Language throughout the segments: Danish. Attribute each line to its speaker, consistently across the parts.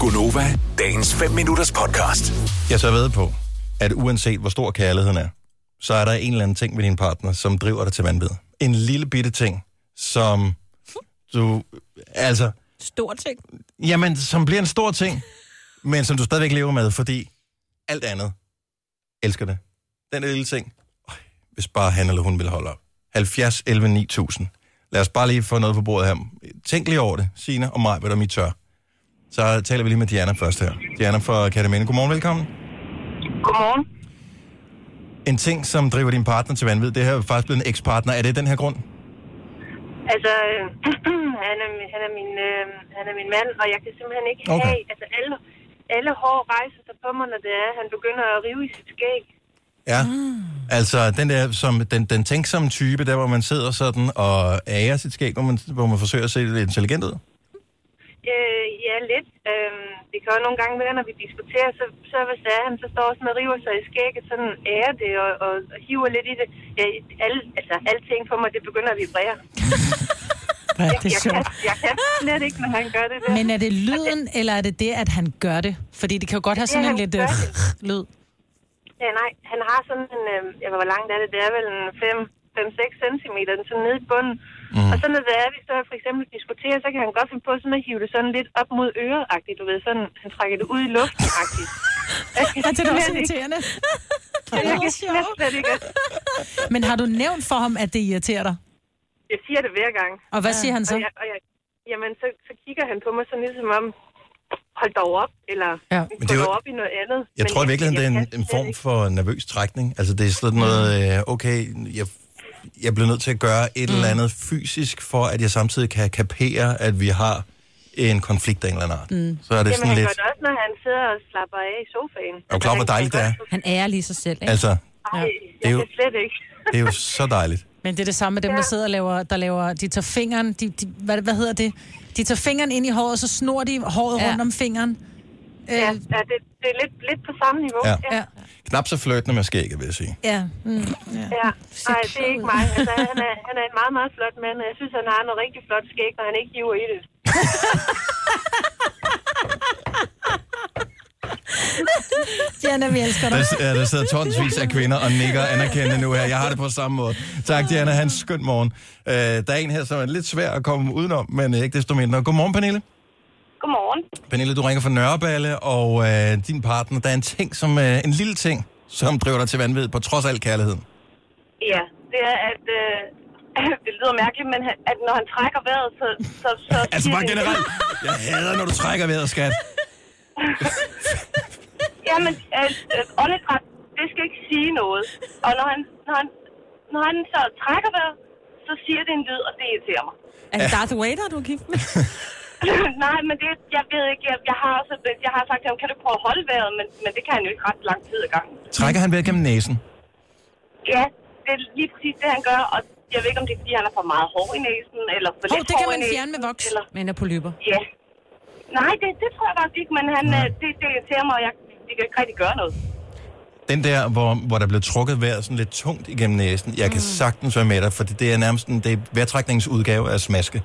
Speaker 1: Gunova, dagens 5 minutters podcast.
Speaker 2: Jeg så ved på, at uanset hvor stor kærligheden er, så er der en eller anden ting ved din partner, som driver dig til vanvid. En lille bitte ting, som du... Altså,
Speaker 3: Stor ting.
Speaker 2: jamen, som bliver en stor ting, men som du stadigvæk lever med, fordi alt andet elsker det. Den lille ting, Øj, hvis bare han eller hun vil holde op. 70, 11, 9000. Lad os bare lige få noget på bordet her. Tænk lige over det, Sina og mig, hvad der mit tør. Så taler vi lige med Diana først her. Diana fra Katamene. Godmorgen, velkommen.
Speaker 4: Godmorgen.
Speaker 2: En ting, som driver din partner til vanvid, det her er faktisk blevet en ekspartner. Er det den her grund?
Speaker 4: Altså, øh, han, er, min- han, er min, øh, han er min mand, og jeg kan simpelthen ikke
Speaker 2: Okay.
Speaker 4: okay. have... Altså, alle, alle hår rejser sig på mig, når det er, han begynder at rive i sit skæg.
Speaker 2: Ja. Mm. Altså, den der, som, den, den tænksomme type, der hvor man sidder sådan og ærer sit skæg, hvor man, hvor man forsøger at se lidt intelligent ud.
Speaker 4: Øh, ja, lidt. Øh, det kan jo nogle gange være, når vi diskuterer, så, så hvis det er, han så står sådan og river sig i skægget, sådan ærer det og, og, og hiver lidt i det. Ja, alle, altså, alting på mig, det begynder at vibrere.
Speaker 5: Ja, det er
Speaker 4: Jeg kan,
Speaker 5: sjovt.
Speaker 4: jeg kan slet ikke, når han gør det der.
Speaker 5: Men er det lyden, eller er det det, at han gør det? Fordi det kan jo godt have sådan
Speaker 4: Ja,
Speaker 5: en
Speaker 4: han
Speaker 5: lidt
Speaker 4: gør
Speaker 5: øh,
Speaker 4: det.
Speaker 5: lyd.
Speaker 4: Ja, nej, han har sådan en, øh, jeg ved, hvor langt er det, det er vel en 5-6 cm, den er sådan nede i bunden. Mm. Og så når det er, hvis der for eksempel diskuterer, så kan han godt finde på sådan at hive det sådan lidt op mod øreagtigt, du ved, sådan, han trækker det ud i luften-agtigt.
Speaker 5: Ja, det er da også
Speaker 4: slet ikke-
Speaker 5: irriterende.
Speaker 4: Jeg kan slet, slet ikke.
Speaker 5: Men har du nævnt for ham, at det irriterer dig?
Speaker 4: Jeg siger det hver gang.
Speaker 5: Og hvad siger han
Speaker 4: Og
Speaker 5: så?
Speaker 4: jeg, og jeg, jamen, så, så kigger han på mig sådan lidt som om, hold dog op, eller
Speaker 5: Ja.
Speaker 4: ja.
Speaker 5: Men
Speaker 2: det
Speaker 4: gå
Speaker 2: er jo-
Speaker 4: dog op i noget andet.
Speaker 2: Jeg
Speaker 4: Men
Speaker 2: tror i virkeligheden, det
Speaker 4: jeg
Speaker 2: er
Speaker 4: kan
Speaker 2: en, en
Speaker 4: slet
Speaker 2: form
Speaker 4: ikke. Mm.
Speaker 2: for nervøs trækning. Altså, det er sådan noget, øh, okay, jeg, jeg bliver nødt til at gøre et mm. eller andet fysisk, for at jeg samtidig kan kapere, at vi har en konflikt af en eller anden art. Mm. Så er det
Speaker 4: Jamen,
Speaker 2: sådan
Speaker 4: han
Speaker 2: lidt...
Speaker 4: gør det også, når han sidder og slapper af i sofaen. Altså,
Speaker 2: Er du klar, hvor dejligt det er?
Speaker 3: Han ærer lige sig selv, ikke? Altså,
Speaker 2: Altså,
Speaker 4: Nej,
Speaker 2: Det
Speaker 4: jeg
Speaker 2: er jo-
Speaker 4: kan slet ikke.
Speaker 2: det er jo så dejligt.
Speaker 5: Men det er det samme med dem, der sidder og laver, der laver de tager fingeren, de, de, hvad, hvad hedder det? De tager fingeren ind i håret, og så snor de håret
Speaker 3: Ja.
Speaker 5: rundt om fingeren.
Speaker 4: Ja,
Speaker 5: Øh,
Speaker 4: ja det, det er lidt, lidt på samme niveau.
Speaker 2: Ja.
Speaker 4: Ja.
Speaker 5: ja.
Speaker 4: ja.
Speaker 2: Knap så flirtende med skægget, vil jeg sige.
Speaker 5: Ja. Mm, ja.
Speaker 4: ja. Nej, det er ikke mig. Altså, han, er, han er en meget, meget flot mand, og jeg synes, han har noget rigtig flot skæg, når han ikke hiver i det.
Speaker 5: Diana, vi elsker dig.
Speaker 2: Der, ja, der sidder tonsvis af kvinder og nikker anerkendende nu her. Jeg har det på samme måde. Tak, Diana. Hans skøn morgen. Øh, der er en her, som er lidt svær at komme udenom, men øh, ikke desto mindre. Godmorgen, Pernille.
Speaker 4: Godmorgen.
Speaker 2: Pernille, du ringer fra Nørreballe, og øh, din partner, der er en ting, som øh, en lille ting, som driver dig til vanvid, på trods af al kærligheden.
Speaker 4: Ja, det er, at... Øh, det lyder mærkeligt, men han, at når han trækker vejret, så... så, så
Speaker 2: Altså
Speaker 4: siger
Speaker 2: bare
Speaker 4: det-
Speaker 2: generelt. Jeg hader, når du trækker vejret, skat.
Speaker 4: Jamen, at, at øh, åndedræt, det skal ikke sige noget. Og når han, når han, når han så trækker vejret, så siger det en lyd, og det irriterer mig.
Speaker 3: er det Darth Vader, du er gift med?
Speaker 4: Nej, men det, jeg ved ikke, jeg, jeg har også, jeg har sagt til ham, kan du prøve at holde vejret, men, men det kan han jo ikke ret lang tid ad gangen.
Speaker 2: Trækker han vejret gennem næsen?
Speaker 4: Ja, det er lige præcis det, han gør, og jeg ved ikke, om det er, fordi han har for meget hår i næsen, eller for
Speaker 5: Hov,
Speaker 4: lidt
Speaker 5: det kan
Speaker 4: hår i
Speaker 5: man
Speaker 4: næsen,
Speaker 5: fjerne med voks.
Speaker 4: Eller,
Speaker 3: Men er polyper.
Speaker 4: ja. Nej, det, det tror jeg faktisk ikke, men han, øh, det, det irriterer mig, og jeg, vi kan ikke rigtig gøre noget.
Speaker 2: Den der, hvor, hvor der blev trukket vejret sådan lidt tungt igennem næsen, jeg kan sagtens være med dig, for det er nærmest en, det er vejrtrækningens udgave af smaske.
Speaker 4: Ja,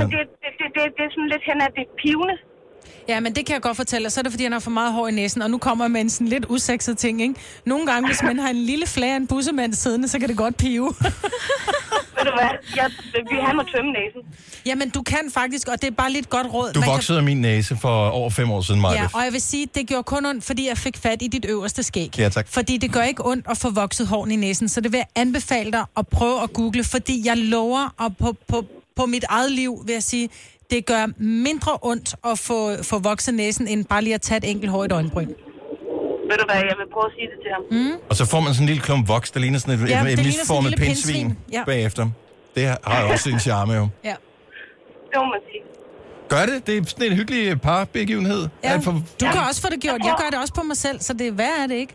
Speaker 2: Virkeligheden.
Speaker 4: det, det, det, det, det er sådan lidt hen, at det er pivende.
Speaker 5: Ja, men det kan jeg godt fortælle, og så er det, fordi han har for meget hår i næsen, og nu kommer jeg med en sådan lidt usekset ting, ikke? Nogle gange, hvis man har en lille flere en bussemand siddende, så kan det godt pive.
Speaker 4: Ved du hvad? Jeg, vi, han må tømme næsen.
Speaker 5: Jamen, du kan faktisk, og det er bare lidt godt råd.
Speaker 2: Du
Speaker 5: Man kan-
Speaker 2: voksede af min næse for over fem år siden, Maja.
Speaker 5: Ja, og jeg vil sige, det gjorde kun ondt, fordi jeg fik fat i dit øverste skæg.
Speaker 2: Ja, tak.
Speaker 5: Fordi det gør ikke ondt at få vokset hårn i næsen, så det vil jeg anbefale dig at prøve at google, fordi jeg lover, og på, på, på mit eget liv vil jeg sige, det gør mindre ondt at få, få vokset næsen, end bare lige at tage et enkelt hår i et øjenbryn.
Speaker 4: Ved du hvad? Jeg vil prøve at sige det til ham. Mm.
Speaker 2: Og så får man sådan en lille klump voks, der ligner sådan et,
Speaker 5: Ja,
Speaker 2: ja, et,
Speaker 5: det
Speaker 2: et
Speaker 5: ligner sådan en
Speaker 2: misformet
Speaker 5: lille
Speaker 2: pindsvin,
Speaker 5: pindsvin. Ja.
Speaker 2: bagefter. Det har- har jo også sin charme, jo.
Speaker 5: Ja.
Speaker 4: Det må man sige.
Speaker 2: Gør det? Det er sådan en hyggelig parbegivenhed.
Speaker 5: ja.
Speaker 2: Er det for-
Speaker 5: Du kan også få det gjort. Jeg gør det også på mig selv, så det hvad er det ikke?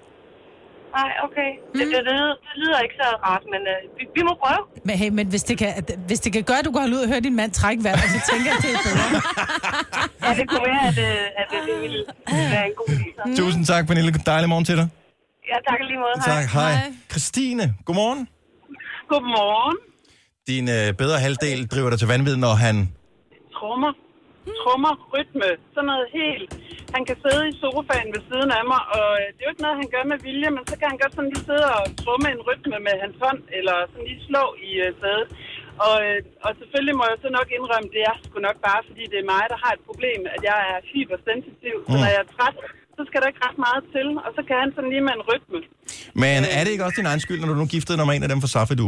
Speaker 4: Nej, okay. Mm. Det, det, det, lyder- det, lyder ikke så rart, men øh, vi, vi må prøve.
Speaker 5: Men, hey, men hvis, det kan, hvis det kan gøre, at du går ud og hører din mand trække vejret, så tænker jeg, at det er bedre.
Speaker 4: Ja, det kunne være, at, øh, at det, det ville være en god idé. så.
Speaker 2: Tusind tak, Pernille. Dejlig morgen til dig.
Speaker 4: Ja, tak i lige måde. Hej.
Speaker 2: Tak. Hej.
Speaker 5: Hej.
Speaker 2: Christine, godmorgen.
Speaker 4: Godmorgen.
Speaker 2: Din øh, bedre halvdel driver dig til vanvid, når han...
Speaker 4: Trummer.
Speaker 6: trommer, rytme, sådan noget helt. Han kan sidde i sofaen ved siden af mig, og øh, det er jo ikke noget, han gør med vilje, men så kan han godt sådan lige sidde og trumme en rytme med hans hånd, eller sådan lige slå i øh, sædet. Og, øh, og selvfølgelig må jeg så nok indrømme, det er sgu nok bare, fordi det er mig, der har et problem, at jeg er hypersensitiv, så når jeg er træt, så skal der ikke ret meget til, og så kan han sådan lige med en rytme.
Speaker 2: Men
Speaker 5: Øh.
Speaker 2: er det ikke også din egen skyld, når du nu giftede dig med en af dem fra Safa du?